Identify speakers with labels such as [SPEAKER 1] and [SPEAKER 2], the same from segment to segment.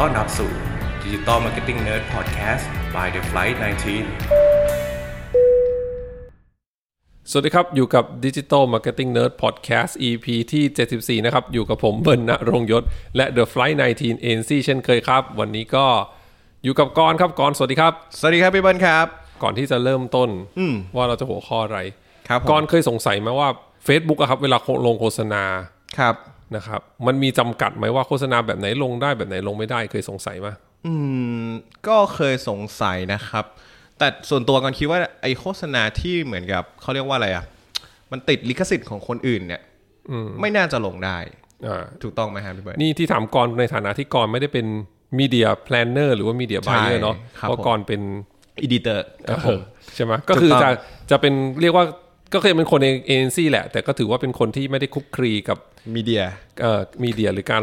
[SPEAKER 1] ต้อนรับสู่ Digital Marketing Nerd Podcast by The Flight 19
[SPEAKER 2] สวัสดีครับ อยู่กับ Digital Marketing Nerd Podcast EP ที่ 74 นะครับ อยู่กับผมเบิร์นณรงค์ยศ และ The Flight 19 ANC เช่นเคยครับ วันนี้ก็อยู่กับกรณ์ครับกรณ์สวัสดีครับ
[SPEAKER 3] สวัสดีครับพี่เบิร์นครับ
[SPEAKER 2] ก่อนที่จะเริ่มต้นว่าเราจะหัวข้ออะไร
[SPEAKER 3] ครับผม
[SPEAKER 2] กรณ์เคยสงสัยไหมว่า Facebook อะครับ เวลาลงโฆษณา
[SPEAKER 3] ครับ
[SPEAKER 2] นะครับ มันมีจำกัดไหมว่าโฆษณาแบบไหนลงได้แบบไหนลงไม่ได้เคยสงสัยไหม
[SPEAKER 3] อืม ก็เคยสงสัยนะครับ แต่ส่วนตัวกันคิดว่าไอโฆษณาที่เหมือนกับเขาเรียกว่าอะไรอ่ะ มันติดลิขสิทธิ์ของคนอื่นเนี่ยไม่น่าจะลงได้
[SPEAKER 2] อ่า
[SPEAKER 3] ถูกต้องไหมฮะพี่เบิร์น
[SPEAKER 2] นี่ที่ถามกรณ์ในฐานะที่กรณ์ไม่ได้เป็นมีเดียแพลนเนอร์หรือว่ามีเดียบ y เ r อร์เนาะ
[SPEAKER 3] ครับ
[SPEAKER 2] เพราะ
[SPEAKER 3] ผม
[SPEAKER 2] กรณ์เป็น
[SPEAKER 3] อีดิเตอร์ครับผม
[SPEAKER 2] เออใช่ไหมก็คือ
[SPEAKER 3] ถูก
[SPEAKER 2] จะ
[SPEAKER 3] ต้อง
[SPEAKER 2] จะเป็นเรียกว่าก็คือเป็นคนในเอเจนซี่แหละ แต่ก็ถือว่าเป็นคนที่ไม่ได้คลุกคลีกับ
[SPEAKER 3] มีเดีย
[SPEAKER 2] เอ่อมีเดียหรือการ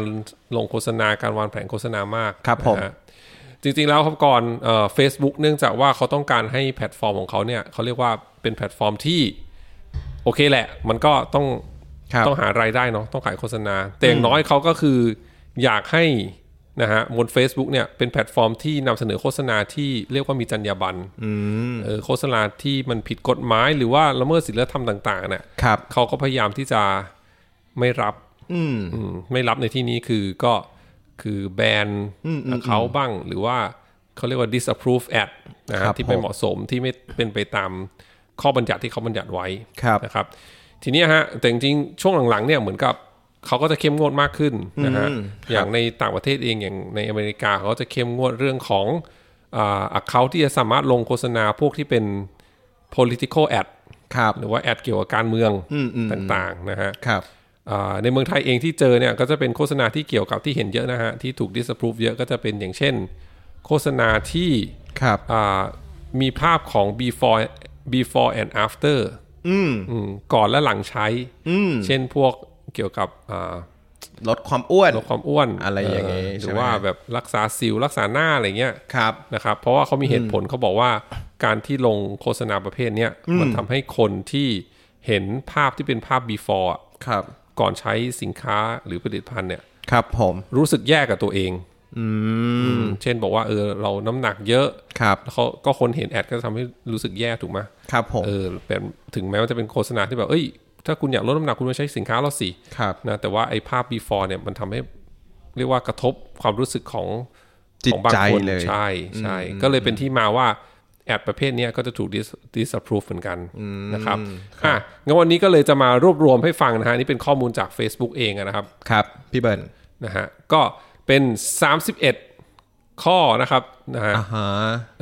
[SPEAKER 2] ลงโฆษณาการวางแผนโฆษณามาก
[SPEAKER 3] ครับผม
[SPEAKER 2] นะฮะจริงๆแล้วครับก่อนเฟซบุ๊กเนื่องจากว่าเขาต้องการให้แพลตฟอร์มของเขาเนี่ยเขาเรียกว่าเป็นแพลตฟอร์มที่ โอเคแหละ มันก็ต้อง
[SPEAKER 3] ครับ
[SPEAKER 2] ต้องหารายได้เนาะต้องขายโฆษณา แต่อย่างน้อยเขาก็คืออยากให้นะฮะบน Facebook เนี่ยเป็นแพลตฟอร์มที่นำเสนอโฆษณาที่เรียกว่ามีจรรยาบรรณเออโฆษณาที่มันผิดกฎหมายหรือว่าละเมิดศีลธรรมต่างๆเนี่ย
[SPEAKER 3] ครับ
[SPEAKER 2] เขาก็พยายามที่จะไม่รับ
[SPEAKER 3] อืม
[SPEAKER 2] อืมไม่รับในที่นี้คือก็คือแบนเขาบ้างหรือว่าเขาเรียกว่า disapprove ad นะฮะ
[SPEAKER 3] ครับ
[SPEAKER 2] ที่ไม่
[SPEAKER 3] ผม
[SPEAKER 2] เหมาะสมที่ไม่เป็นไปตามข้อบัญญัติที่เขาบัญญัติไว้
[SPEAKER 3] ครับ
[SPEAKER 2] นะครับทีเนี้ยฮะแต่จริงๆช่วงหลังๆเนี่ยเหมือนกับเขาก็จะเข้มงวดมากขึ้นนะฮะอย่างในต่างประเทศเองอย่างในอเมริกาเขาก็จะเข้มงวดเรื่องของอักเคาที่จะสามารถลงโฆษณาพวกที่เป็น political ad
[SPEAKER 3] ครับ
[SPEAKER 2] หรือว่าแอดเกี่ยวกับการเมืองต่างๆนะฮะ
[SPEAKER 3] ครับ
[SPEAKER 2] อ่าในเมืองไทยเองที่เจอเนี่ยก็จะเป็นโฆษณาที่เกี่ยวกับที่เห็นเยอะนะฮะที่ถูก disapprove เยอะก็จะเป็นอย่างเช่น โฆษณาที่
[SPEAKER 3] ครับ
[SPEAKER 2] อ่ามีภาพของ before before and after อืมก่อนและหลังใช้ เช่นพวกเกี่ยวกับอ่า
[SPEAKER 3] ลดความอ้วน
[SPEAKER 2] ลดความอ้วน
[SPEAKER 3] อะไรอย่างงี้
[SPEAKER 2] เห
[SPEAKER 3] ใช่ไหม
[SPEAKER 2] รือว่าแบบรักษาสิวรักษาหน้าอะไรเงี้ย
[SPEAKER 3] ครับ
[SPEAKER 2] นะครับ เพราะว่าเขามีเหตุผลเขาบอกว่าการที่ลงโฆษณาประเภทเนี้ยมันทำให้คนที่เห็นภาพที่เป็นภาพ before อะ
[SPEAKER 3] ครับ
[SPEAKER 2] ก่อนใช้สินค้าหรือผลิตภัณฑ์เนี่ย
[SPEAKER 3] ครับผม
[SPEAKER 2] รู้สึกแย่กับตัวเอง อืม เช่นบอกว่าเออเราน้ำหนักเยอะ
[SPEAKER 3] ครับ
[SPEAKER 2] แล้วเขาก็คนเห็นแอดก็ทำให้รู้สึกแย่ถูกไหม
[SPEAKER 3] ครับผม
[SPEAKER 2] เออเป็นถึงแม้ว่าจะเป็นโฆษณาที่แบบ เอ้ย ถ้าคุณอยากลดน้ำหนักคุณมาใช้สินค้าเราสิ
[SPEAKER 3] ครับ
[SPEAKER 2] นะแต่ว่าไอ้ภาพ before เนี่ยมันทำให้เรียกว่ากระทบความรู้สึกของ
[SPEAKER 3] จิต
[SPEAKER 2] ของบาง
[SPEAKER 3] ใจ
[SPEAKER 2] คน
[SPEAKER 3] เลย
[SPEAKER 2] ใช่ใช่ก็เลยเป็นที่มาว่าแอดประเภทเนี้ยก็จะถูก dis- disapprove เหมือนกันนะครับอ่ะงั้นวันนี้ก็เลยจะมารวบรวมให้ฟังนะฮะนี่เป็นข้อมูลจาก Facebook เองอะนะครับ
[SPEAKER 3] ครับ พี่เบิร์น
[SPEAKER 2] นะฮะก็เป็น 31 ข้อนะครับนะฮะ
[SPEAKER 3] อ่าฮะ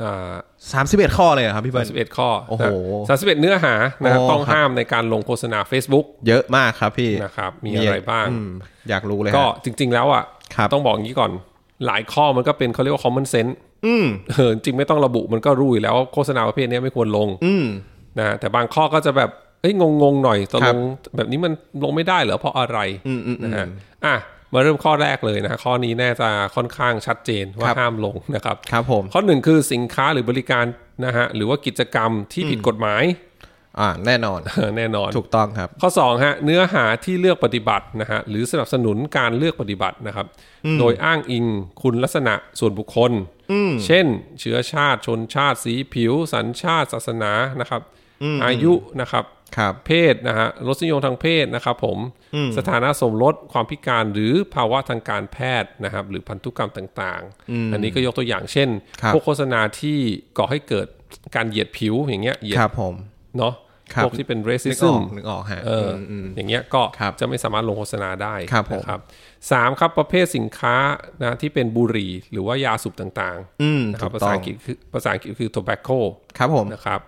[SPEAKER 2] อ่า
[SPEAKER 3] สามสิบเอ็ดข้อเลยเหรอครับพี่เบิร์น
[SPEAKER 2] 31 ข้อ
[SPEAKER 3] โอ้โห
[SPEAKER 2] สามสิบเอ็ดเนื้อหานะครับ
[SPEAKER 3] โอ้
[SPEAKER 2] ต้อง
[SPEAKER 3] ครับ
[SPEAKER 2] ห้ามในการลงโฆษณา Facebook
[SPEAKER 3] เยอะมากครับพี่
[SPEAKER 2] นะครับมีอะไรบ้าง
[SPEAKER 3] อืมอยากรู้เลย
[SPEAKER 2] ก็
[SPEAKER 3] ฮะ
[SPEAKER 2] จริงๆแล้วอ่ะ
[SPEAKER 3] ครับ
[SPEAKER 2] ต้องบอกอย่างนี้ก่อนหลายข้อมันก็เป็นเขาเรียกว่า common sense
[SPEAKER 3] อืม
[SPEAKER 2] เออจริงไม่ต้องระบุมันก็รู้อยู่แล้วว่าโฆษณาประเภทเนี้ยไม่ควรลง
[SPEAKER 3] อืม
[SPEAKER 2] นะแต่บางข้อก็จะแบบเอ้ยงงๆหน่อยตก
[SPEAKER 3] ค
[SPEAKER 2] ล
[SPEAKER 3] รับ
[SPEAKER 2] งแบบนี้มันลงไม่ได้เหรอเพราะอะไร นะฮะอ่ะมาเริ่มข้อแรกเลยนะฮะข้อนี้น่าจะค่อนข้างชัดเจนว่า
[SPEAKER 3] ครับ
[SPEAKER 2] ห้ามลงนะครับ
[SPEAKER 3] ครับผม
[SPEAKER 2] ข้อหนึ่งคือสินค้าหรือบริการนะฮะหรือว่ากิจกรรมที่ผิดกฎหมาย
[SPEAKER 3] อ่า แน่นอน
[SPEAKER 2] แน่นอน
[SPEAKER 3] ถูกต้องครับ
[SPEAKER 2] ข้อ2ฮะเนื้อหาที่เลือกปฏิบัตินะฮะหรือสนับสนุนการเลือกปฏิบัตินะครับ โดยอ้างอิงคุณลักษณะส่วนบุคคล เช่น เชื้อชาติชนชาติสีผิว สัญชาติศาสนานะครับ อายุนะครับ
[SPEAKER 3] ครับ
[SPEAKER 2] เพศนะฮะรสนิยมทางเพศนะครับผมสถานะสมรสความพิการหรือภาวะทางการแพทย์นะครับ หรือพันธุกรรมต่างๆ อันนี้ก็ยกตัวอย่างเช่น
[SPEAKER 3] ครับ
[SPEAKER 2] พวกโฆษณาที่ก่อให้เกิดการเหยียดผิวอย่างเงี้ยเหยียด
[SPEAKER 3] ครับผม
[SPEAKER 2] เนาะ
[SPEAKER 3] ครับ
[SPEAKER 2] พวกที่เป็นเรสซิ
[SPEAKER 3] นึกอ
[SPEAKER 2] ซึ
[SPEAKER 3] อ
[SPEAKER 2] ม
[SPEAKER 3] กนึกออกฮะ
[SPEAKER 2] เออออย่างเงี้ยก็
[SPEAKER 3] ครับ
[SPEAKER 2] จะไม่สามารถลงโฆษณาได้
[SPEAKER 3] ครับผม
[SPEAKER 2] นะครับสามครับประเภทสินค้านะที่เป็นบุหรี่หรือว่ายาสูบต่าง
[SPEAKER 3] อืม
[SPEAKER 2] ๆนะค
[SPEAKER 3] ถู
[SPEAKER 2] รับ
[SPEAKER 3] ก
[SPEAKER 2] ภา
[SPEAKER 3] ต้
[SPEAKER 2] ษา
[SPEAKER 3] อง
[SPEAKER 2] อังกฤษคือภาษาอังกฤษคือ tobacco
[SPEAKER 3] ครับผม
[SPEAKER 2] นะครับ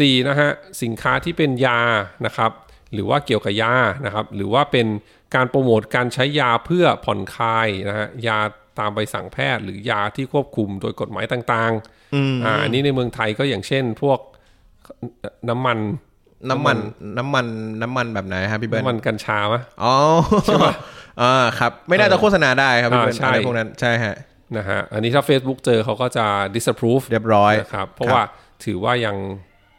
[SPEAKER 2] สี่นะฮะสินค้าที่เป็นยานะครับ หรือว่าเกี่ยวกับยานะครับ หรือว่าเป็นการโปรโมทการใช้ยาเพื่อผ่อนคลายนะฮะยาตามใบสั่งแพทย์ หรือยาที่ควบคุมโดยกฎหมายต่างๆอ่าอันนี้ในเมืองไทยก็อย่างเช่นพวกน้ำมัน
[SPEAKER 3] น้ำมัน น้ำมัน น้ำมันแบบไหนฮะพี่เบิร์
[SPEAKER 2] น้ำมัน
[SPEAKER 3] น
[SPEAKER 2] กัญชามะ
[SPEAKER 3] อ๋อ อ่าครับ ไม่น่าจะโฆษณาได้ครับพี่เบิร์น
[SPEAKER 2] อ่าใช่
[SPEAKER 3] อะไรพวกนั้น ใช่ฮะ
[SPEAKER 2] นะฮะอันนี้ถ้า Facebook เจอเขาก็จะ disapprove
[SPEAKER 3] เรียบร้อย
[SPEAKER 2] นะครับเพราะว่าถือว่ายัง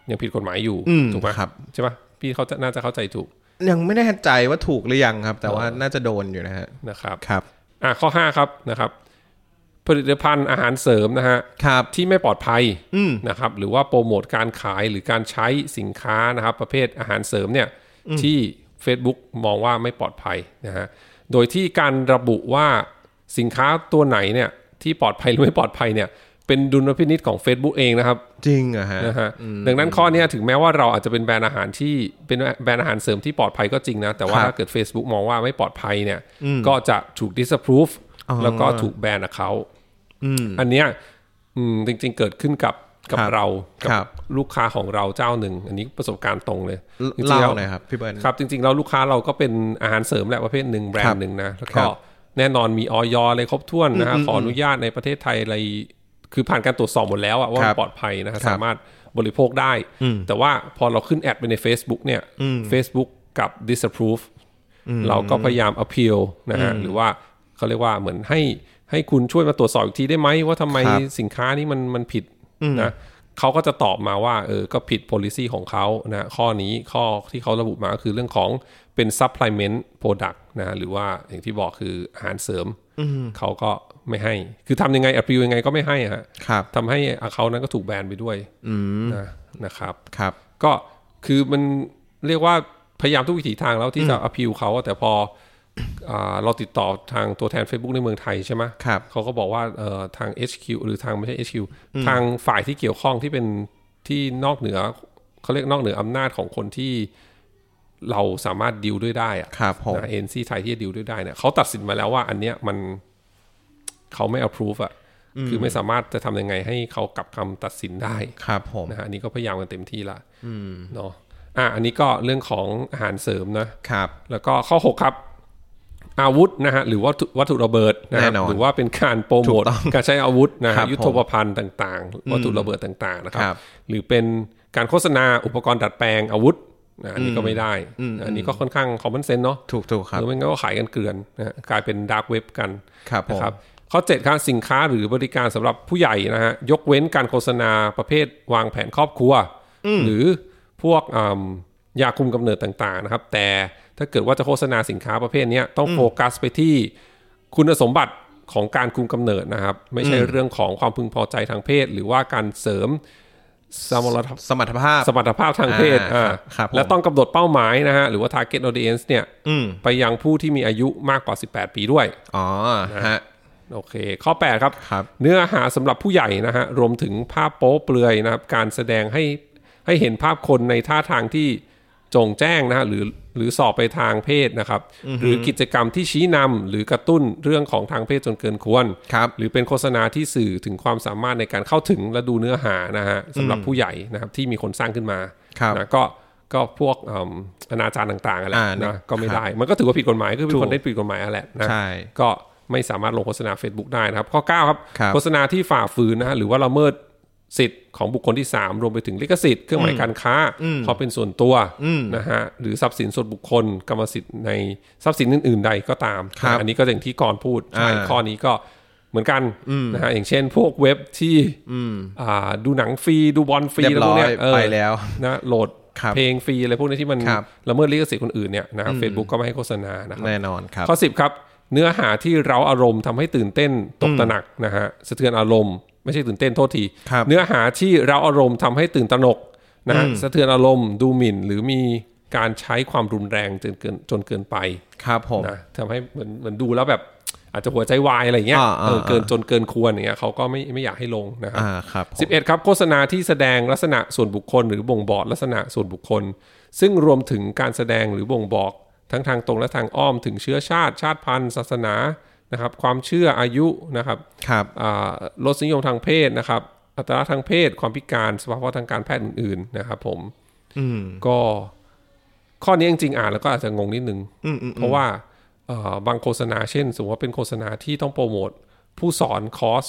[SPEAKER 2] ยังผิดกฎหมายอยู่
[SPEAKER 3] อืม
[SPEAKER 2] ถูกไหม
[SPEAKER 3] ครับ
[SPEAKER 2] ใช่ปะพี่เขาจะน่าจะเข้าใจถูก
[SPEAKER 3] ยังไม่แน่ใจว่าถูกหรือยังครับ แต่ว่าน่าจะโดนอยู่นะฮะ
[SPEAKER 2] นะครับ
[SPEAKER 3] ครับ
[SPEAKER 2] อ่ะข้อ 5 ครับนะครับ ผลิตภัณฑ์อาหารเสริมนะฮะ
[SPEAKER 3] ครับ
[SPEAKER 2] ที่ไม่ปลอดภัย
[SPEAKER 3] อืม
[SPEAKER 2] นะครับหรือว่าโปรโมทการขายหรือการใช้สินค้านะครับประเภทอาหารเสริมเนี่ยที่ Facebook มองว่าไม่ปลอดภัยนะฮะโดยที่การระบุว่าสินค้าตัวไหนเนี่ยที่ปลอดภัยหรือไม่ปลอดภัยเนี่ยเป็นดุลพินิจของ Facebook เองนะครับ
[SPEAKER 3] จริงเหรอะฮะ
[SPEAKER 2] นะฮะดังนั้นข้อเนี้ยถึงแม้ว่าเราอาจจะเป็นแบรนด์อาหารที่เป็นแบรนด์อาหารเสริมที่ปลอดภัยก็จริงนะ แต่ว่า
[SPEAKER 3] ครับ
[SPEAKER 2] ถ้าเกิด Facebook มองว่าไม่ปลอดภัยเนี่ย ก็จะถูก disapprove แล้วก็ถูกแบนอะเขาอันเนี้ยอืมจริงๆเกิดขึ้นกับกับ
[SPEAKER 3] ครับ
[SPEAKER 2] เรากั
[SPEAKER 3] ครับ
[SPEAKER 2] ลูกค้าของเราเจ้าหนึ่ง อันนี้ประสบการณ์ตรงเลยจงๆ
[SPEAKER 3] เล่า
[SPEAKER 2] แล้ว
[SPEAKER 3] หน่อยครับพี่เบิร์น
[SPEAKER 2] ครับจริงๆเราลูกค้าเราก็เป็นอาหารเสริมแหละประเภทหนึ่งแบรน
[SPEAKER 3] ครับ
[SPEAKER 2] ด์หนึ่งนะแล้ว
[SPEAKER 3] ครั
[SPEAKER 2] ก็
[SPEAKER 3] บ
[SPEAKER 2] แน่นอนมีออยอะไรครบถ้วนนะฮะขออนุญาตในประเทศไทยอะไรคือผ่านการตรวจสอบหมดแล้วอะว่า
[SPEAKER 3] ค
[SPEAKER 2] มั
[SPEAKER 3] รั
[SPEAKER 2] น
[SPEAKER 3] บ
[SPEAKER 2] ปลอดภัยนะฮะ
[SPEAKER 3] ครับ
[SPEAKER 2] สามารถบริโภคได้ แต่ว่าพอเราขึ้นแอดไปใน Facebook เนี่ย Facebook กับ disapprove เราก็พยายาม appeal นะฮะหรือว่าเขาเรียกว่าเหมือนให้ให้คุณช่วยมาตรวจสอบอีกทีได้ไหมว่าทำไม
[SPEAKER 3] ครับ
[SPEAKER 2] สินค้านี้มันมันผิดนะเขาก็จะตอบมาว่าเออก็ผิด policy ของเขานะข้อนี้ข้อที่เขาระบุมาก็คือเรื่องของเป็น supplement product นะหรือว่าอย่างที่บอกคืออาหารเสริมเขาก็ไม่ให้ คือทำยังไงอภิวยังไงก็ไม่ให้อะฮะ
[SPEAKER 3] ครับ
[SPEAKER 2] ทำให้เขานั้นก็ถูกแบนไปด้วยนะนะครับ
[SPEAKER 3] ครับ
[SPEAKER 2] ก็คือมันเรียกว่าพยายามทุกวิถีทางแล้วที่จะอพิวเขาอะแต่พออ่าเราติดต่อทางตัวแทน Facebook ในเมืองไทยใช่ไหม
[SPEAKER 3] ครับ
[SPEAKER 2] เขาก็บอกว่าเอ่อทาง HQ หรือทางไม่ใช่ HQ ทางฝ่ายที่เกี่ยวข้องที่เป็นที่นอกเหนือเขาเรียกนอกเหนืออำนาจของคนที่เราสามารถดิวด้วยได้อะ
[SPEAKER 3] ครับผม
[SPEAKER 2] เอ็นซีไทยที่จะดิวด้วยได้เนี่ยเขาตัดสินมาแล้วว่าอันเนี้ยมันเขาไม่ approve อะคือไม่สามารถจะทำยังไงให้เขากลับคำตัดสินได้
[SPEAKER 3] ครับผม
[SPEAKER 2] นะฮะอันนี้ก็พยายามกันเต็มที่ละเนาะอ่ะอันนี้ก็เรื่องของอาหารเสริมนะ
[SPEAKER 3] ครับ
[SPEAKER 2] แล้วก็ข้อ 6 ครับ อาวุธนะฮะหรือวัตถุวัตถุระเบิดนะครับ
[SPEAKER 3] แน่นอน
[SPEAKER 2] หรือว่าเป็นการโปร
[SPEAKER 3] ถู
[SPEAKER 2] โมท
[SPEAKER 3] กต้อง
[SPEAKER 2] การใช้อาวุธนะ
[SPEAKER 3] ครั
[SPEAKER 2] ฮะ
[SPEAKER 3] บ
[SPEAKER 2] ยุทโธปภัณฑ์ต่างๆ วัตถุระเบิดต่างๆนะครับ
[SPEAKER 3] ครับ
[SPEAKER 2] หรือเป็นการโฆษณาอุปกรณ์ดัดแปลงอาวุธนะอันนี้ก็ไม่ได้ อันนี้ก็ค่อนข้างคอมมอนเซนเนาะ
[SPEAKER 3] ถูกถูกครับ
[SPEAKER 2] หรือไม่งั้นก็ขายกันเกลื่อนนะฮะกลายเป็นดาร์กเว็บกัน
[SPEAKER 3] ครับผม
[SPEAKER 2] นะข้อ7ครับสินค้าหรือบริการสำหรับผู้ใหญ่นะฮะยกเว้นการโฆษณาประเภทวางแผนครอบครัว หรือพวกอืมยาคุมกำเนิดต่างๆนะครับ แต่ถ้าเกิดว่าจะโฆษณาสินค้าประเภทเนี้ยต้องโฟกัสไปที่คุณสมบัติของการคุมกำเนิดนะครับ ไม่ใช่เรื่องของความพึงพอใจทางเพศ หรือว่าการเสริมสมรรถ
[SPEAKER 3] สมรรถภาพ
[SPEAKER 2] สมรรถภาพทางเพศ
[SPEAKER 3] อ่า
[SPEAKER 2] อ่า
[SPEAKER 3] ครับผม
[SPEAKER 2] และต้องกำหนดเป้าหมายนะฮะ หรือว่า target audience เนี่ย
[SPEAKER 3] อืม
[SPEAKER 2] ไปยังผู้ที่มีอายุมากกว่า 18 ปีด้วย
[SPEAKER 3] อ๋อฮะ
[SPEAKER 2] โอเค ข้อ 8 ครับ
[SPEAKER 3] ครับ
[SPEAKER 2] เนื้อหาสำหรับผู้ใหญ่นะฮะ รวมถึงภาพโป๊เปลือยนะครับ การแสดงให้ให้เห็นภาพคนในท่าทางที่จงแจ้งนะฮะหรือหรือสอบไปทางเพศนะครับ หรือกิจกรรมที่ชี้นำหรือกระตุ้นเรื่องของทางเพศจนเกินควร
[SPEAKER 3] ครับ
[SPEAKER 2] หรือเป็นโฆษณาที่สื่อถึงความสามารถในการเข้าถึงและดูเนื้อหานะฮะสำหรับผู้ใหญ่นะครับที่มีคนสร้างขึ้นมา
[SPEAKER 3] ครับ
[SPEAKER 2] นะก็ก็พวกอืมอนาจารต่างๆอะไร
[SPEAKER 3] อ่า
[SPEAKER 2] นะ
[SPEAKER 3] นะ
[SPEAKER 2] ก็ไม่ได้ มันก็ถือว่าผิดกฎหมายก็เป็นคนได้ผิดกฎหมายอะแหละนะ
[SPEAKER 3] ใช่
[SPEAKER 2] ก็ไม่สามารถลงโฆษณา Facebook ได้นะครับ ข้อ 9 ครับ
[SPEAKER 3] ครับ
[SPEAKER 2] โฆษณาที่ฝ่าฝืนนะฮะหรือว่าละเมิดสิทธิ์ของบุคคลที่ 3 รวมไปถึงลิขสิทธิ์เครื่องหมายการค้าความเป็นส่วนตัวนะฮะหรือทรัพย์สินส่วนบุคคลกรรมสิทธิ์ในทรัพย์สินอื่นๆใดก็ตาม
[SPEAKER 3] ครับ
[SPEAKER 2] อันนี้ก็อย่างที่ก่อนพูดใช่
[SPEAKER 3] อ่า
[SPEAKER 2] ข้อนี้ก็เหมือนกันนะฮะอย่างเช่นพวกเว็บที่อ่าดูหนังฟรี ดูบอลฟรี
[SPEAKER 3] เรีย
[SPEAKER 2] แล้ว
[SPEAKER 3] บ
[SPEAKER 2] พว
[SPEAKER 3] ร้อกย
[SPEAKER 2] เนี้ยเออ
[SPEAKER 3] ไปแล้ว
[SPEAKER 2] นะโหลด
[SPEAKER 3] ครับ
[SPEAKER 2] เพลงฟรีอะไรพวกนี้ที่มัน
[SPEAKER 3] ครับ
[SPEAKER 2] ละเมิดลิขสิทธิ์คนอื่นเนี่ยนะเฟซบุ๊กก็ไม่ให้โฆษณานะครับ
[SPEAKER 3] แน่นอนครับ
[SPEAKER 2] ข้อ 10 ครับ เนื้อหาที่เราอารมณ์ทำให้ตื่นเต้นตกตระหนักนะฮะสะเทือนอารมณ์ไม่ใช่ตื่นเต้นโทษที
[SPEAKER 3] ครับ
[SPEAKER 2] เนื้อหาที่เราอารมณ์ทำให้ตื่นตระหนกนะฮะสะเทือนอารมณ์ดูหมิ่น หรือมีการใช้ความรุนแรงจนเกินจนเกินไป
[SPEAKER 3] ครับผม
[SPEAKER 2] นะทำให้เหมือนเหมือนดูแล้วแบบ อาจจะหัวใจวายอะไรอย่างเงี้ย
[SPEAKER 3] อ่าอ่า
[SPEAKER 2] เออเกินจนเกินควรอย่างเงี้ยเขาก็ไม่ไม่อยากให้ลงนะครับ
[SPEAKER 3] อ่าครับผม
[SPEAKER 2] 11ครับโฆษณาที่แสดงลักษณะส่วนบุคคล หรือบ่งบอกลักษณะส่วนบุคคล ซึ่งรวมถึงการแสดงหรือบ่งบอกทั้งทางตรงและทางอ้อมถึงเชื้อชาติ ชาติพันธุ์ศาสนานะครับความเชื่ออายุนะครับ
[SPEAKER 3] ครับ
[SPEAKER 2] อ่ารสนิยมทางเพศนะครับ อัตลักษณ์ทางเพศ ความพิการสภาวะทางการแพทย์อื่นๆนะครับผมก็ข้อนี้จริงๆอ่านแล้วก็อาจจะงงนิดนึงเพราะว่าเอ่อบางโฆษณาเช่น สมมติว่าเป็นโฆษณาที่ต้องโปรโมทผู้สอนคอร์ส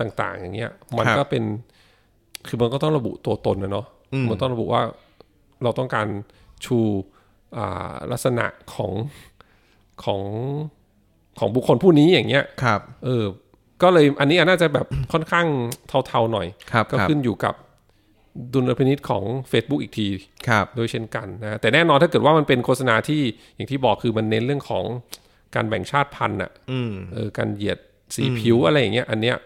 [SPEAKER 2] ต่าง ๆ อย่างเงี้ยมัน
[SPEAKER 3] ครับ
[SPEAKER 2] ก็เป็น คือมันก็ต้องระบุตัวตนนะเนาะ มันต้องระบุว่าเราต้องการชูอ่าลักษณะของของของบุคคลผู้นี้อย่างเงี้ย
[SPEAKER 3] ครับ
[SPEAKER 2] เออ ก็เลยอันนี้น่าจะแบบ ค่อนข้างเทาๆหน่อย
[SPEAKER 3] ครับ
[SPEAKER 2] ก็
[SPEAKER 3] ครับ
[SPEAKER 2] ขึ้นอยู่กับดุลพินิษของ Facebook อีกที
[SPEAKER 3] ครับ
[SPEAKER 2] ด้วยเช่นกันนะแต่แน่นอนถ้าเกิดว่ามันเป็นโฆษณาที่อย่างที่บอกคือมันเน้นเรื่องของการแบ่งชาติพันธุ์อ่ะเออการเหยียด สีผิวอะไรอย่างเงี้ยอันเนี้ย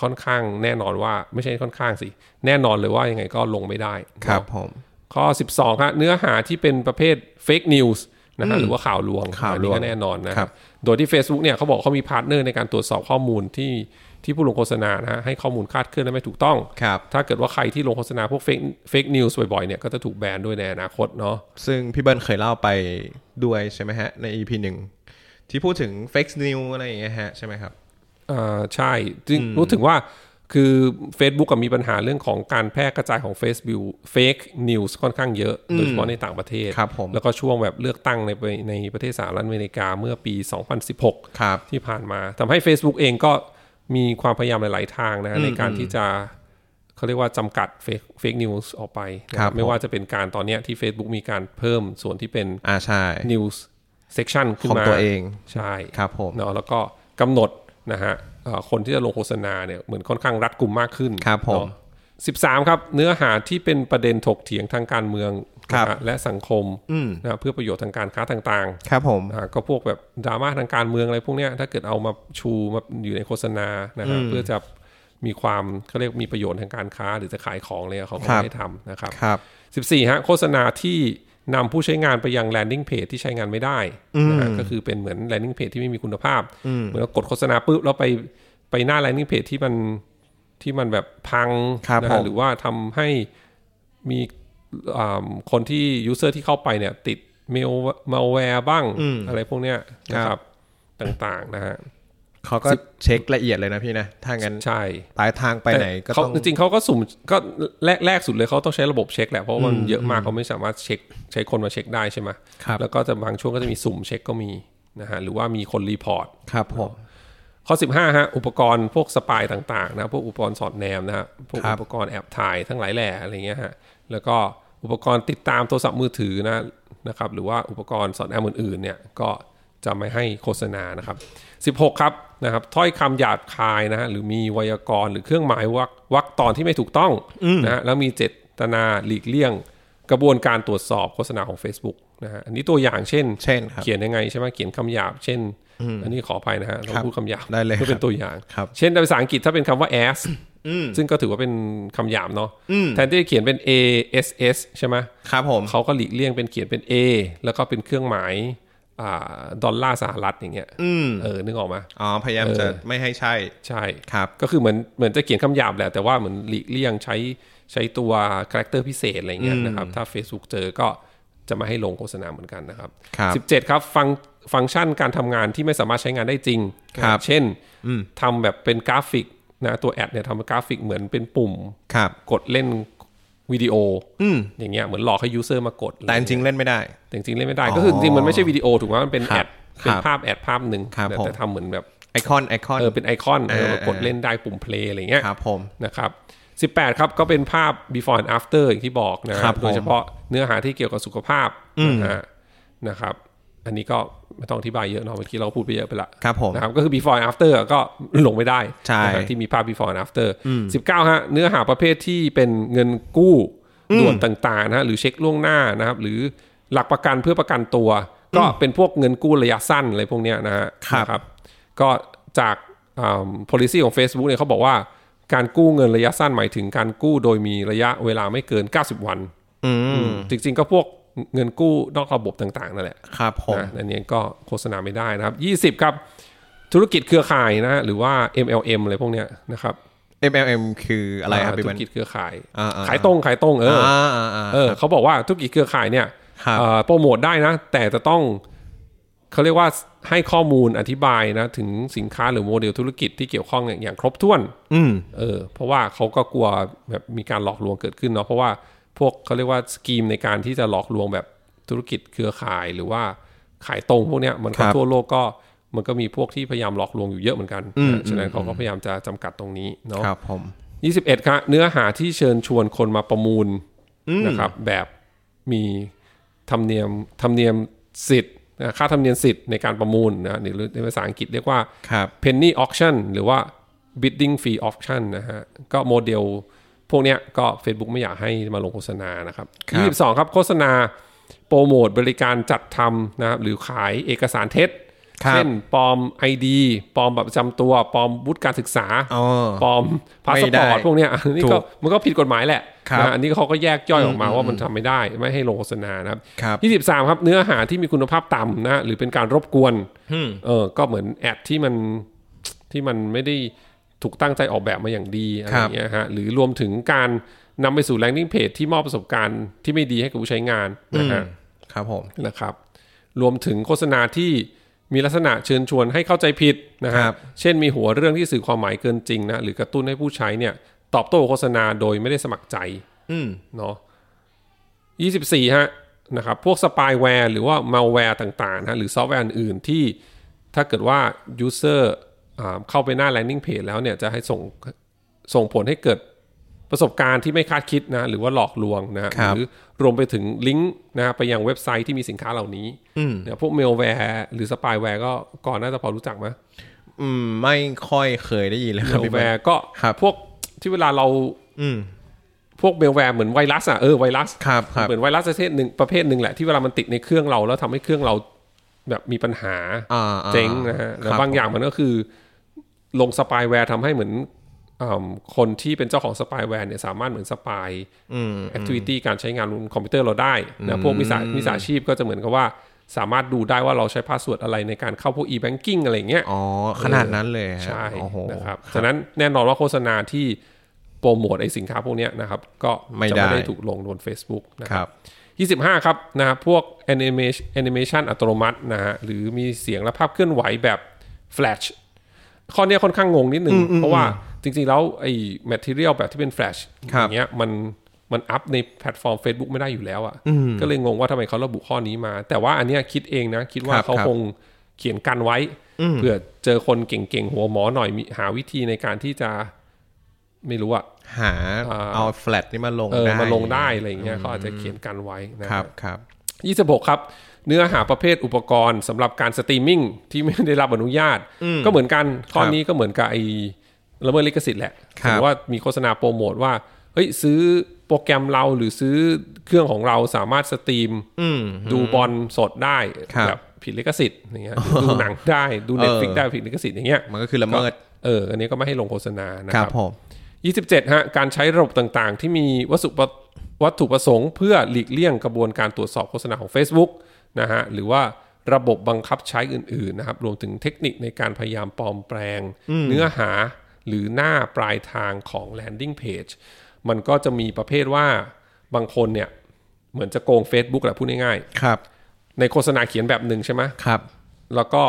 [SPEAKER 2] ค่อนข้างแน่นอนว่าไม่ใช่ค่อนข้างสิ แน่นอนเลยว่ายังไงก็ลงไม่ได้
[SPEAKER 3] ครับผม
[SPEAKER 2] ข้อ 12ฮะเนื้อหาที่เป็นประเภทเฟกนิวส์นะฮะหรือว่าข่าวลวง
[SPEAKER 3] ข่าวลวง
[SPEAKER 2] อันนี้ก็แน่นอนนะค
[SPEAKER 3] ครั
[SPEAKER 2] รับบ โดยที่ Facebook เนี่ยเขาบอกเขามีพาร์ทเนอร์ในการตรวจสอบข้อมูลที่ที่ผู้ลงโฆษณานะฮะให้ข้อมูลคลาดเคลื่อนและไม่ถูกต้อง
[SPEAKER 3] ครับ
[SPEAKER 2] ถ้าเกิดว่าใครที่ลงโฆษณาพวกเฟกเฟกนิวส์บ่อยๆเนี่ยก็จะถูกแบนด้วยในอนาคตเนาะ
[SPEAKER 3] ซึ่งพี่เบิร์นเคยเล่าไปด้วยใช่ไหมฮะ ใน EP หนึ่งที่พูดถึง fake news อะไรอย่างเงี้ยฮะ ใช่ไหมครับ
[SPEAKER 2] อ่าใช่จริงรู้ถึงว่าคือ Facebook กับมีปัญหาเรื่องของการแพร่กระจายของ Facebook fake news ค่อนข้างเยอะโดยเฉพาะในต่างประเทศ
[SPEAKER 3] ครับผม
[SPEAKER 2] แล้วก็ช่วงแบบเลือกตั้งในประในประเทศสหรัฐอเมริกาเมื่อปี 2016
[SPEAKER 3] ครับ
[SPEAKER 2] ที่ผ่านมาทำให้ Facebook เองก็มีความพยายามหลาย ๆ ทางนะฮะในการที่จะเขาเรียกว่าจำกัดเฟกนิวส์ออกไปนะครับ ไม่ว่าจะเป็นการตอนเนี้ยที่ Facebook มีการเพิ่มส่วนที่เป็น
[SPEAKER 3] อ่าใช่
[SPEAKER 2] News Section ขึ้น
[SPEAKER 3] ของ
[SPEAKER 2] มา
[SPEAKER 3] ตัวเอง
[SPEAKER 2] ใช่
[SPEAKER 3] ครับผม
[SPEAKER 2] เนาะแล้วก็กำหนดนะฮะเอ่อคนที่จะลงโฆษณาเนี่ยเหมือนค่อนข้างรัดกลุ่มมากขึ้น
[SPEAKER 3] ครับผม
[SPEAKER 2] เนาะ13 ครับเนื้อหาที่เป็นประเด็นถกเถียงทางการเมือง
[SPEAKER 3] ครับ
[SPEAKER 2] นะฮะและสังคมนะฮะเพื่อประโยชน์ทางการค้าต่าง ๆ
[SPEAKER 3] ครับผม
[SPEAKER 2] อ่าก็พวกแบบดราม่าทางการเมืองอะไรพวกเนี้ยถ้าเกิดเอามาชูมาอยู่ในโฆษณานะครับเพื่อจะมีความเขาเรียกมีประโยชน์ทางการค้า หรือจะขายของอะไรเขาก็
[SPEAKER 3] ครับ
[SPEAKER 2] ไม่ให้ทำนะครับ
[SPEAKER 3] ครับ
[SPEAKER 2] 14ฮะโฆษณาที่นำผู้ใช้งานไปยังแลนดิ้งเพจที่ใช้งานไม่ได้นะฮะก็คือเป็นเหมือนแลนดิ้งเพจที่ไม่มีคุณภาพ เหมือนกับกดโฆษณาปุ๊บแล้วไปไปหน้าแลนดิ้งเพจที่มันที่มันแบบพัง
[SPEAKER 3] ครับ
[SPEAKER 2] นะ
[SPEAKER 3] ผ
[SPEAKER 2] ฮะ
[SPEAKER 3] ม
[SPEAKER 2] หรือว่าทำให้มีอ่าคนที่ยูเซอร์ที่เข้าไปเนี่ย ติดเมลมาแวร์บ้างอะไรพวกเนี้ยนะครับต่างๆนะฮะ
[SPEAKER 3] เขาก็เช็คละเอียดเลยนะพี่นะ ถ้างั้น
[SPEAKER 2] ใช่
[SPEAKER 3] ปลายทางไปไหนก็
[SPEAKER 2] เขา
[SPEAKER 3] ต้อง
[SPEAKER 2] จริงๆเขาก็สุ่มก็แรกแรกสุดเลยเขาต้องใช้ระบบเช็คแหละเพราะว่ามันเยอะมากเขาไม่สามารถเช็คใช้คนมาเช็คได้ใช่ไหม
[SPEAKER 3] ครับ
[SPEAKER 2] แล้วก็จะบางช่วงก็จะมีสุ่มเช็คก็มีนะฮะหรือว่ามีคนรีพอร์ต
[SPEAKER 3] ครับผม
[SPEAKER 2] ข้อ 15ฮะอุปกรณ์พวกสปายต่างๆนะพวกอุปกรณ์สอดแนมนะฮะพวกอุปกรณ์แอบถ่ายทั้งหลายแหล่อะไรเงี้ยฮะแล้วก็อุปกรณ์ติดตามโทรศัพท์มือถือนะนะครับหรือว่าอุปกรณ์สอดแนมอื่นๆเนี่ยก็จะไม่ให้โฆษณานะครับ 16 ครับนะครับถ้อยคำหยาบคายนะฮะหรือมีไวยากรณ์หรือเครื่องหมายวรรควักตอนที่ไม่ถูกต้องนะฮะแล้วมีเจตนาหลีกเลี่ยง กระบวนการตรวจสอบโฆษณาของ Facebook นะฮะอันนี้ตัวอย่างเช่น
[SPEAKER 3] เช่นครับ
[SPEAKER 2] เขียนยังไงใช่ไหมเขียนคำหยาบ เช่น อันนี้ขออภัยนะฮะเรา
[SPEAKER 3] ครับ
[SPEAKER 2] พูดคำหยาบ
[SPEAKER 3] ได้เลย
[SPEAKER 2] เพื่อเป็
[SPEAKER 3] ครั
[SPEAKER 2] น
[SPEAKER 3] บ
[SPEAKER 2] ตัวอย่าง
[SPEAKER 3] ครับ
[SPEAKER 2] เช่นในภาษาอังกฤษถ้าเป็นคำว่า ass ซึ่งก็ถือว่าเป็นคำหยาบเนาะแทนที่จะเขียนเป็น a s s ใช่ไหม
[SPEAKER 3] ครับผม
[SPEAKER 2] เขาก็หลีกเลี่ยงเป็นเขียนเป็น a แล้วก็เป็นเครื่องหมายอ่าดอลลาร์สหรัฐอย่างเงี้ยเออนึกออกไหม
[SPEAKER 3] อ๋อ พยายามจะไม่ให้ใช่
[SPEAKER 2] ใช่
[SPEAKER 3] ครับ
[SPEAKER 2] ก็คือเหมือนเหมือนจะเขียนคำหยาบแหละแต่ว่าเหมือนหลีกเลี่ยงใช้ใช้ตัวคาแรคเตอร์พิเศษอะไรเงี้ยนะครับถ้า Facebook เจอก็จะไม่ให้ลงโฆษณาเหมือนกันนะครับ
[SPEAKER 3] ครับ
[SPEAKER 2] 17 ครับฟังฟังก์ชันการทำงานที่ไม่สามารถใช้งานได้จริง
[SPEAKER 3] ครับ
[SPEAKER 2] เช่นทำแบบเป็นกราฟิกนะตัวแอดเนี่ยทำเป็นกราฟิกเหมือนเป็นปุ่ม
[SPEAKER 3] ครับ
[SPEAKER 2] กดเล่นวิดีโออย่างเงี้ยเหมือนหลอกให้ยูเซอร์มากด
[SPEAKER 3] แต่จริงๆเล่นไม่ได้
[SPEAKER 2] แต่จริงๆเล่นไม่ได้ก็คือจริงๆมันไม่ใช่วิดีโอถูกไหมมันเป็น
[SPEAKER 3] ค
[SPEAKER 2] แอ
[SPEAKER 3] รับ
[SPEAKER 2] ดเป็น
[SPEAKER 3] ครับ
[SPEAKER 2] ภาพแอดภาพหนึ่ง
[SPEAKER 3] ครับผม
[SPEAKER 2] แต่ทำเหมือนแบบ
[SPEAKER 3] ไอคอน ไอคอน
[SPEAKER 2] เออเป็นไอคอนเออ
[SPEAKER 3] เออ
[SPEAKER 2] กดเล่นได้ปุ่มเพลย์อะไรเงี้ย
[SPEAKER 3] ครับผม
[SPEAKER 2] นะครับ18 ครับก็เป็นภาพ before and after อย่างที่บอกนะครับ
[SPEAKER 3] ผม
[SPEAKER 2] โดยเฉพาะเนื้อหาที่เกี่ยวกับสุขภาพนะฮะนะครับ อันนี้ก็ไม่ต้องอธิบายเยอะเนาะเมื่อกี้เราพูดไปเยอะไปละ
[SPEAKER 3] ครับผม
[SPEAKER 2] นะครับก็คือ before and after ก็ลงไม่ได้
[SPEAKER 3] ใช่
[SPEAKER 2] นะฮะที่มีภาพ before and after 19 ฮะ เนื้อหาประเภทที่เป็นเงินกู้ด่วนต่างๆนะฮะหรือเช็คล่วงหน้านะครับ หรือหลักประกันเพื่อประกันตัว ก็เป็นพวกเงินกู้ระยะสั้นอะไรพวกเนี้ยนะฮะ
[SPEAKER 3] ครับ
[SPEAKER 2] นะครับก็จากอ่า policy ของ Facebook เนี่ยเขาบอกว่าการกู้เงินระยะสั้นหมายถึงการกู้โดยมีระยะเวลาไม่เกิน 90 วัน จริงๆก็พวกเงินกู้นอกระบบต่างๆนั่นแหละ
[SPEAKER 3] ครับผม
[SPEAKER 2] นะอันนี้ก็โฆษณาไม่ได้นะครับ 20 ครับ ธุรกิจเครือข่ายนะฮะหรือว่า MLM อะไรพวกเนี้ยนะครับ
[SPEAKER 3] MLM คืออะไรครับพี่
[SPEAKER 2] ธุ
[SPEAKER 3] เบิ
[SPEAKER 2] ร
[SPEAKER 3] ร์น
[SPEAKER 2] กิจเครือข่าย
[SPEAKER 3] อ่าๆ
[SPEAKER 2] ขายตรงขายตรงเออ
[SPEAKER 3] อ่าอ่าอ่า
[SPEAKER 2] เออเขาบอกว่าธุรกิจเครือข่ายเนี่ย
[SPEAKER 3] ครับ
[SPEAKER 2] เอ่อโปรโมทได้นะ แต่จะต้องเขาเรียกว่าให้ข้อมูลอธิบายนะ ถึงสินค้าหรือโมเดลธุรกิจที่เกี่ยวข้องเนี่ยอย่างครบถ้วนเออเพราะว่าเขาก็กลัวแบบมีการหลอกลวงเกิดขึ้นเนาะเพราะว่าพวกเขาเรียกว่าสกีมในการที่จะหลอกลวงแบบธุรกิจเครือข่ายหรือว่าขายตรงพวกเนี้ยมันก็
[SPEAKER 3] ครับ
[SPEAKER 2] ทั่วโลกก็มันก็มีพวกที่พยายามหลอกลวงอยู่เยอะเหมือนกันนะฉะนั้นเขาก็พยายามจะจำกัดตรงนี้เนาะ
[SPEAKER 3] ครับผม
[SPEAKER 2] 21ครับเนื้อหาที่เชิญชวนคนมาประมูลนะครับแบบมีธรรมเนียมธรรมเนียมสิทธิ์นะค่าธรรมเนียมสิทธิ์ในการประมูลนะหรือในภาษาอังกฤษเรียกว่า
[SPEAKER 3] ครับ
[SPEAKER 2] penny auction หรือว่า bidding fee auction นะฮะก็โมเดลพวกเนี้ยก็ Facebook ไม่อยากให้มาลงโฆษณานะครับ
[SPEAKER 3] ครับ
[SPEAKER 2] ยี่สิบสองครับโฆษณาโปรโมทบริการจัดทำนะครับหรือขายเอกสารเท็จ
[SPEAKER 3] ครับ
[SPEAKER 2] เช่นปลอม ID ปลอมแบบประจำตัวปลอมวุฒิการศึกษา
[SPEAKER 3] อ๋อ
[SPEAKER 2] ปลอมพาส
[SPEAKER 3] ไม่
[SPEAKER 2] ป
[SPEAKER 3] ได้
[SPEAKER 2] อร์ตพวกเนี้ย อันนี้
[SPEAKER 3] ถู
[SPEAKER 2] ก็
[SPEAKER 3] ก
[SPEAKER 2] มันก็ผิดกฎหมายแหละ
[SPEAKER 3] ครับ
[SPEAKER 2] นะฮะอันนี้เขาก็แยกย่อยออกมาว่ามันทำไม่ได้ไม่ให้ลงโฆษณานะครับ
[SPEAKER 3] ครับ
[SPEAKER 2] ยี่สิบสามครับเนื้อหาที่มีคุณภาพต่ำนะฮะหรือเป็นการรบกวน
[SPEAKER 3] อืม
[SPEAKER 2] เออ ก็เหมือนแอดที่มันที่มันไม่ได้ถูกตั้งใจออกแบบมาอย่างดีอะไร
[SPEAKER 3] ครับ
[SPEAKER 2] อย่างเงี้ยฮะ หรือรวมถึงการนำไปสู่แ n ง i ิ g งเพจที่มอบประสบการณ์ที่ไม่ดีให้กับผู้ใช้งานนะฮะ
[SPEAKER 3] ครับผม
[SPEAKER 2] นะครับ รวมถึงโฆษณาที่มีลักษณะเชิญชวนให้เข้าใจผิดนะฮะ
[SPEAKER 3] ครับ
[SPEAKER 2] เช่นมีหัวเรื่องที่สื่อความหมายเกินจริงนะ หรือกระตุ้นให้ผู้ใช้เนี่ย ตอบโต้โฆษณาโดยไม่ได้สมัครใจ
[SPEAKER 3] อืม
[SPEAKER 2] เนาะ24 ฮะ นะครับ พวกสปายแวร์หรือว่ามัลแวร์ต่างๆนะหรือซอฟต์แวร์อื่นๆที่ถ้าเกิดว่า User อ่าเข้าไปหน้า landing page แล้วเนี่ย จะให้ส่งส่งผลให้เกิดประสบการณ์ที่ไม่คาดคิดนะ หรือว่าหลอกลวงนะฮะ
[SPEAKER 3] ครั
[SPEAKER 2] ห
[SPEAKER 3] บ
[SPEAKER 2] รือรวมไปถึงลิงก์นะฮะไปยังเว็บไซต์ที่มีสินค้าเหล่านี้เนี่ยพวกเมลแวร์หรือสปายแวร์ก็ก่อนน่าจะพอรู้จักไหม
[SPEAKER 3] อืม ไม่ค่อยเคยได้ยินเลยค
[SPEAKER 2] เม
[SPEAKER 3] รับ
[SPEAKER 2] ล
[SPEAKER 3] พี่
[SPEAKER 2] แว
[SPEAKER 3] เบิร์ด
[SPEAKER 2] ร์ก็
[SPEAKER 3] ครับ
[SPEAKER 2] พวกที่เวลาเราพวกเมลแวร์เหมือนไวรัสอ่ะเออไวรัส
[SPEAKER 3] ครับครับ
[SPEAKER 2] เหมือนไวรัสประเภทหนึ่งประเภทหนึ่งแหละที่เวลามันติดในเครื่องเราแล้วทำให้เครื่องเราแบบมีปัญหา
[SPEAKER 3] อ่าอ่า
[SPEAKER 2] เจ๊งนะฮะแล้ว
[SPEAKER 3] ครับ
[SPEAKER 2] บางอย่างมันก็คือลงสปายแวร์ทำให้เหมือนอ่ำคนที่เป็นเจ้าของสปายแวร์เนี่ยสามารถเหมือนสปายแอคทิวิตี้การใช้งานบนคอมพิวเตอร์เราได้นะพวกมิสามิสาชีพก็จะเหมือนกับว่าสามารถดูได้ว่าเราใช้พาสเวิร์ดอะไรในการเข้าพวก e-banking อะไรอย่างเงี้ย
[SPEAKER 3] ๋อ ขนาดนั้นเลยฮะ
[SPEAKER 2] ใช่
[SPEAKER 3] โอ้โห
[SPEAKER 2] นะครับฉะนั้นแน่นอนว่าโฆษณาที่โปรโมทไอสินค้าพวกเนี้ยนะครับ ก็
[SPEAKER 3] ไม่
[SPEAKER 2] จะ
[SPEAKER 3] ได้
[SPEAKER 2] ไม่ได้ถูกลงบน Facebook นะ
[SPEAKER 3] ค
[SPEAKER 2] ครั
[SPEAKER 3] รับ
[SPEAKER 2] บ 25 ครับนะครับพวก Animation Animation อัตโนมัตินะฮะหรือมีเสียงและภาพเคลื่อนไหวแบบ Flash ข้อเนี้ยค่อนข้างงงนิดนึง เพราะว่าจริงๆ แล้วไอ้ material แบบที่เป็น Flash
[SPEAKER 3] ครั
[SPEAKER 2] อบ ย่างเงี้ยมันมันอัพในแพลตฟอร์ม Facebook ไม่ได้อยู่แล้วอะ่ะก็เลยงงว่าทำไมเขาระบุข้อนี้มา แต่ว่าอันเนี้ยคิดเองนะ คิดว่า
[SPEAKER 3] ครับ
[SPEAKER 2] เขา
[SPEAKER 3] ครับ
[SPEAKER 2] คงเขียนกันไว้ เพื่อเจอคนเก่งๆ หัวหมอหน่อยมีหาวิธีในการที่จะไม่รู้อะ
[SPEAKER 3] หาเอาแฟลตนี่มาลง
[SPEAKER 2] เออ
[SPEAKER 3] ได้
[SPEAKER 2] มาลงได้อะไรอย่างเงี้ยเขาอาจจะเขียนกันไว้นะ
[SPEAKER 3] ครับครับ
[SPEAKER 2] 26 ครับ เนื้อหาประเภทอุปกรณ์สำหรับการสตรีมมิ่งที่ไม่ได้รับอนุญาต ก็เหมือนกันข้อนี้ก็เหมือนกับไอ้ละเมิดลิขสิทธิ์แหละ
[SPEAKER 3] ครับ
[SPEAKER 2] ถือว่ามีโฆษณาโปรโมทว่าเฮ้ยซื้อโปรแกรมเราหรือซื้อเครื่องของเราสามารถสตรีมดูบอลสดได้แบบผิดลิขสิทธิ์ อย่างเงี้ยหรือดูหนังได้ดูเน็ตฟิกได้ผิดลิขสิทธิ์อย่างเงี้ย
[SPEAKER 3] มันก็คือละเมิด
[SPEAKER 2] เอออันนี้ก็ไม่ให้ลงโฆษณานะ
[SPEAKER 3] ค
[SPEAKER 2] ค
[SPEAKER 3] รั
[SPEAKER 2] รั
[SPEAKER 3] บบ ผม
[SPEAKER 2] 27ฮะการใช้ระบบต่างๆ ที่มีวัตถุประวัตถุประสงค์ เพื่อหลีกเลี่ยงกระบวนการตรวจสอบโฆษณาของ Facebook นะฮะหรือว่าระบบบังคับใช้อื่นๆนะครับรวมถึงเทคนิคในการพยายามปลอมแปลง เนื้อหาหรือหน้าปลายทางของ landing page มันก็จะมีประเภทว่าบางคนเนี่ย เหมือนจะโกง Facebook แหละพูดง่าย
[SPEAKER 3] ครับ
[SPEAKER 2] ๆ ในโฆษณาเขียนแบบหนึ่งใช่ไหม
[SPEAKER 3] ครับ
[SPEAKER 2] แล้วก็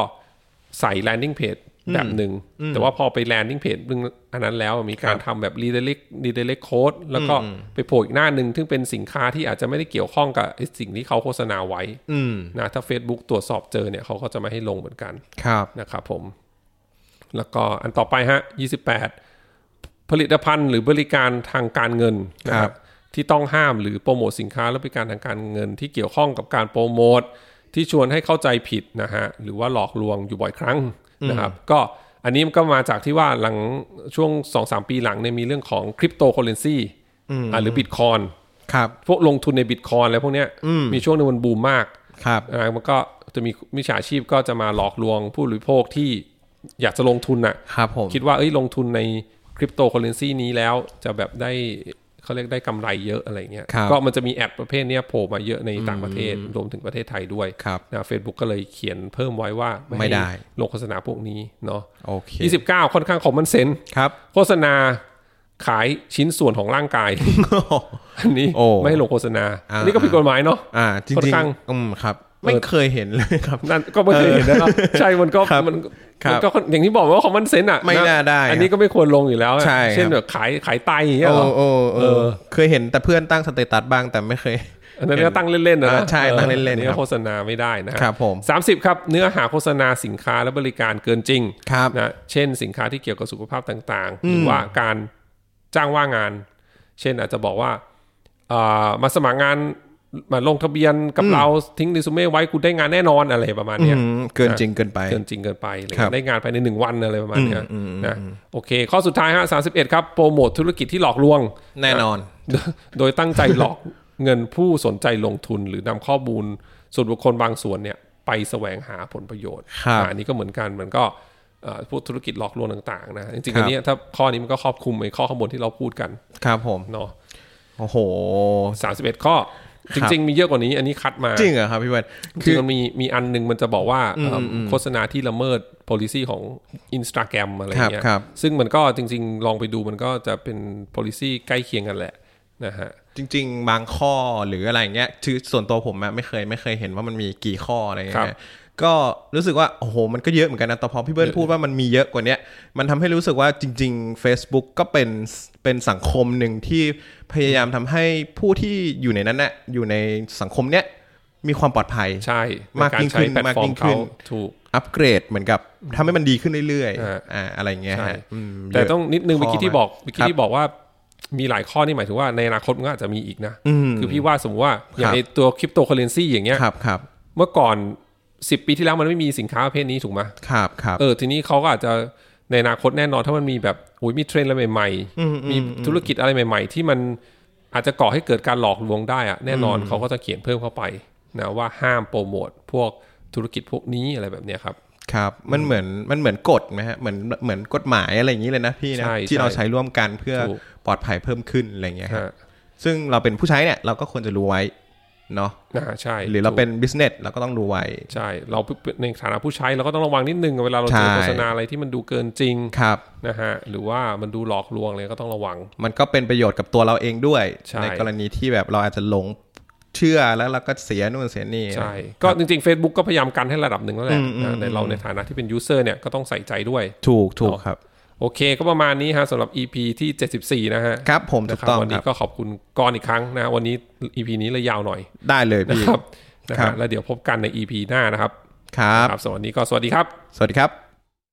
[SPEAKER 2] ใส่ landing page แบบหนึ่ง แต่ว่าพอไป landing page เรื่องอันนั้นแล้วมีการทำแบบ redirect redirect code แล้วก็ไปโผล่อีกหน้าหนึ่งซึ่งเป็นสินค้าที่อาจจะไม่ได้เกี่ยวข้องกับไอ้สิ่งที่เขาโฆษณาไว้
[SPEAKER 3] อืม
[SPEAKER 2] นะถ้า Facebook ตรวจสอบเจอเนี่ยเขาก็จะไม่ให้ลงเหมือนกัน
[SPEAKER 3] ครับ
[SPEAKER 2] นะครับผม แล้วก็อันต่อไปฮะ 28 ผลิตภัณฑ์หรือบริการทางการเงินนะค
[SPEAKER 3] ครั
[SPEAKER 2] รั
[SPEAKER 3] บบ
[SPEAKER 2] ที่ต้องห้ามหรือโปรโมทสินค้าและบริการทางการเงิน ที่เกี่ยวข้องกับการโปรโมทที่ชวนให้เข้าใจผิดนะฮะหรือว่าหลอกลวงอยู่บ่อยครั้งนะครับ ก็อันนี้มันก็มาจากที่ว่าหลังช่วง 2-3 ปีหลังเนี่ยมีเรื่องของคริปโตเคอเรนซีอ่าหรือบิตคอยน์
[SPEAKER 3] ครับ
[SPEAKER 2] พวกลงทุนในบิตคอยน์อะไรพวกเนี้ยมีช่วงหนึงมันบูมมาก
[SPEAKER 3] ครับ
[SPEAKER 2] อ่ามันก็จะมีมิจฉาชีพก็จะมาหลอกลวงผู้บริโภคที่อยากจะลงทุนน่ะ
[SPEAKER 3] ครับผม
[SPEAKER 2] คิดว่าเอ้ยลงทุนในคริปโตเคอเรนซีนี้แล้วจะแบบได้เขาเรียกได้กำไรเยอะอะไรเงี้ย
[SPEAKER 3] ครับ
[SPEAKER 2] ก็มันจะมีแอดประเภทเนี้ยโผล่มาเยอะในต่างประเทศรวมถึงประเทศไทยด้วย
[SPEAKER 3] ครับ
[SPEAKER 2] นะ Facebook ก็เลยเขียนเพิ่มไว้ว่า
[SPEAKER 3] ไม่ได้
[SPEAKER 2] ให้ลงโฆษณาพวกนี้เนาะ
[SPEAKER 3] โอเค
[SPEAKER 2] 29 ค่อนข้างคอมมอนเซน
[SPEAKER 3] ครับ
[SPEAKER 2] โฆษณาขายชิ้นส่วนของร่างกาย อันนี้
[SPEAKER 3] โอ้
[SPEAKER 2] ไม่ให้ลงโฆษณา
[SPEAKER 3] อ่า
[SPEAKER 2] อันนี้ก็ผิดกฎหมายเนาะ
[SPEAKER 3] อ่า จริง
[SPEAKER 2] ค่อน
[SPEAKER 3] จริง
[SPEAKER 2] ข้าง
[SPEAKER 3] อืมครับ ไม่เคยเห็นเลยครับ
[SPEAKER 2] นั่นก็ไม่เคยเห็นนะครับ ใช่มันก็
[SPEAKER 3] ครับ
[SPEAKER 2] มัน
[SPEAKER 3] ครับ
[SPEAKER 2] มันก็อย่างที่บอกว่าคอมมอนเซนต์อ่ะ
[SPEAKER 3] ไม่น่าได้
[SPEAKER 2] อันนี้ก็ไม่ควรลงอยู่แล้วอะ
[SPEAKER 3] ใช่ครับ
[SPEAKER 2] เช่นแบบขายขายไตอย่างเงี้ย
[SPEAKER 3] โอ้
[SPEAKER 2] เหรอ
[SPEAKER 3] โอ้เอ
[SPEAKER 2] เอ
[SPEAKER 3] อ
[SPEAKER 2] อ
[SPEAKER 3] เคยเห็นแต่เพื่อนตั้งสเตตัสบ้างแต่ไม่เคย
[SPEAKER 2] อันนั้นก็ตั้งเล่นๆนะ
[SPEAKER 3] อ่าใช่ตั้งเล่นๆ
[SPEAKER 2] อออั
[SPEAKER 3] ครับ
[SPEAKER 2] โฆษณาไม่ได้นะครับ
[SPEAKER 3] ผม
[SPEAKER 2] สามสิบครับ เนื้อหาโฆษณาสินค้าและบริการเกินจริง
[SPEAKER 3] ครับ
[SPEAKER 2] นะเช่นสินค้าที่เกี่ยวกับสุขภาพต่างๆ หรือว่าการจ้างว่างงาน เช่นอาจจะบอกว่าเอ่อมาสมัครงานมาลงทะเบียนกับเราทิ้งรีสูเม่ไว้กูได้งานแน่นอนอะไรประมาณเนี้ย
[SPEAKER 3] อืมเกินจริงเกินไป
[SPEAKER 2] เกินจริงเกินไปอะไร
[SPEAKER 3] ครั
[SPEAKER 2] เงี้ย
[SPEAKER 3] บ
[SPEAKER 2] ได้งานภายในหนึ่งวันอะไรประมาณเนี้ยนะโอเค ข้อสุดท้ายฮะสาสิบเอ็ดครับ โปรโมทธุรกิจที่หลอกลวง
[SPEAKER 3] แน่นอน
[SPEAKER 2] ะโดยโดยตั้งใจหลอก เงินผู้สนใจลงทุนหรือนำข้อมูลส่วนบุคคลบางส่วนเนี่ย ไป ไปแสวงหาผลประโยชน์
[SPEAKER 3] ครับ
[SPEAKER 2] อ่ะอันนี้ก็เหมือนกันมันก็เอ่อพวกธุรกิจหลอกลวงต่างๆนะจริงๆอันเนี้ยถ้าข้อนี้มันก็ครอบคลุมในข้อข้างบนที่เราพูดกัน
[SPEAKER 3] ครับผม
[SPEAKER 2] เนาะ
[SPEAKER 3] โอ้โห
[SPEAKER 2] สาสิบเอ็ดข้อ จริง ๆ มีเยอะกว่านี้อันนี้คัดมา
[SPEAKER 3] จริงเหรอครับพี่เวน
[SPEAKER 2] จ
[SPEAKER 3] คื
[SPEAKER 2] ริ
[SPEAKER 3] อ
[SPEAKER 2] งๆมันมีมีอันหนึงมันจะบอกว่าเอิ่มโฆษณาที่ละเมิด policy ของ Instagram อะไรเงี้ย
[SPEAKER 3] ครับ
[SPEAKER 2] ซึ่งมันก็จริง ๆ ลองไปดูมันก็จะเป็น policy ใกล้เคียงกันแหละนะฮะ
[SPEAKER 3] จริง ๆ บางข้อหรืออะไรอย่างเงี้ยคือส่วนตัวผมอะไม่เคยไม่เคยเห็นว่ามันมีกี่ข้ออะไรอย่าง
[SPEAKER 2] ครั
[SPEAKER 3] เงี้
[SPEAKER 2] บ
[SPEAKER 3] ยก็รู้สึกว่าโอ้โหมันก็เยอะเหมือนกันนะแต่พอพี่เบิร์ดพูดว่ามันมีเยอะกว่าเนี้ยมันทำให้รู้สึกว่าจริง ๆ Facebook ก็เป็นเป็นสังคมหนึ่งที่พยายามทำให้ผู้ที่อยู่ในนั้นน่ะอยู่ในสังคมเนี้ยมีความปลอดภัย
[SPEAKER 2] ใช่
[SPEAKER 3] มากยิ่งขึ้น
[SPEAKER 2] ใแพลตฟอ
[SPEAKER 3] มากยิ่
[SPEAKER 2] ร์ม
[SPEAKER 3] งขึ้
[SPEAKER 2] เขา
[SPEAKER 3] น
[SPEAKER 2] ถูก
[SPEAKER 3] อัปเกรดเหมือนกับทำให้มันดีขึ้นเรื่อย
[SPEAKER 2] อ่า
[SPEAKER 3] ๆอ่าอะไรอย่างเงี้ย
[SPEAKER 2] ใช่
[SPEAKER 3] ฮะอืม
[SPEAKER 2] แต่
[SPEAKER 3] เยะ
[SPEAKER 2] ต้องนิดนึง
[SPEAKER 3] ข้
[SPEAKER 2] เมื่อกี้ที่
[SPEAKER 3] มา
[SPEAKER 2] บอกเมื่อกี้
[SPEAKER 3] ครับ
[SPEAKER 2] ที่บอกว่ามีหลายข้อนี่หมายถึงว่าในอนาคตมันก็อาจจะมีอีกนะ
[SPEAKER 3] อืม
[SPEAKER 2] คือพี่ว่าสมมติว่าอย่าง
[SPEAKER 3] ครับ
[SPEAKER 2] ในตัวคริปโตเคอเรนซีอย่างเงี้ย
[SPEAKER 3] ครับครับ
[SPEAKER 2] เมื่อก่อน 10 ปีที่แล้วมันไม่มีสินค้าประเภทนี้ถูกไหม
[SPEAKER 3] ครับครับ
[SPEAKER 2] เออทีนี้เขาก็อาจจะในอนาคตแน่นอนถ้ามันมีแบบโอ้ยมีเทรนด์อะไรใหม่ๆ มีธุรกิจอะไรใหม่ ๆ ที่มันอาจจะก่อให้เกิดการหลอกลวงได้อะแน่นอนเขาก็จะเขียนเพิ่มเข้าไปนะว่าห้ามโปรโมทพวกธุรกิจพวกนี้อะไรแบบเนี้ยครับ
[SPEAKER 3] ครับมันเหมือนมันเหมือนกฎไหมฮะเหมือนเหมือนกฎหมายอะไรอย่างนี้เลยนะพี่นะ
[SPEAKER 2] ใช่
[SPEAKER 3] ที่เรา
[SPEAKER 2] ใช่
[SPEAKER 3] ใช้ร่วมกันเพื่อ
[SPEAKER 2] ถูก
[SPEAKER 3] ปลอดภัยเพิ่มขึ้นอะไรอย่างเงี้ยฮะ
[SPEAKER 2] ฮะ
[SPEAKER 3] ซึ่งเราเป็นผู้ใช้เนี่ยเราก็ควรจะรู้ไว้เนาะ
[SPEAKER 2] นะใช่
[SPEAKER 3] หรือเราเป็น business เราก็ต้องรู้ไว้
[SPEAKER 2] ใช่เราในฐานะผู้ใช้เราก็ต้องระวังนิดนึงเวลาเราเจอ
[SPEAKER 3] ใช่
[SPEAKER 2] โฆษณาอะไรที่มันดูเกินจริง
[SPEAKER 3] ครับ
[SPEAKER 2] นะฮะหรือว่ามันดูหลอกลวงอะไรก็ต้องระวัง
[SPEAKER 3] มันก็เป็นประโยชน์กับตัวเราเองด้วย
[SPEAKER 2] ใช่
[SPEAKER 3] กรณีที่แบบเราอาจจะหลงเชื่อแล้วเราก็เสียนู่นเสียนี่
[SPEAKER 2] ใช่ ก็จริงๆ Facebook ก็พยายามกันให้ระดับหนึ่งแล้วแหละ
[SPEAKER 3] อืมอืม
[SPEAKER 2] นะแต่เราในฐานะที่เป็นยูเซอร์เนี่ยก็ต้องใส่ใจด้วย
[SPEAKER 3] ถูกถูกครับ
[SPEAKER 2] โอเคก็ประมาณนี้ฮะสำหรับ EP ที่ 74 นะฮะ
[SPEAKER 3] ครับผมถู
[SPEAKER 2] นะ
[SPEAKER 3] ก
[SPEAKER 2] ครับ
[SPEAKER 3] ต้อง
[SPEAKER 2] วัน
[SPEAKER 3] ค
[SPEAKER 2] นี้
[SPEAKER 3] รับ
[SPEAKER 2] ก็ขอบคุณกรอีกครั้งนะ วันนี้ EP นี้เลยยาวหน่อย
[SPEAKER 3] ได้เลย
[SPEAKER 2] นะ
[SPEAKER 3] พี่
[SPEAKER 2] ครับนะ
[SPEAKER 3] ครั
[SPEAKER 2] ฮะ
[SPEAKER 3] บ
[SPEAKER 2] แล้วเดี๋ยวพบกันใน EP หน้านะครับ
[SPEAKER 3] ครับ
[SPEAKER 2] สำหรับวันนี้ก็สวัสดีครับ
[SPEAKER 3] สวัสดีครับ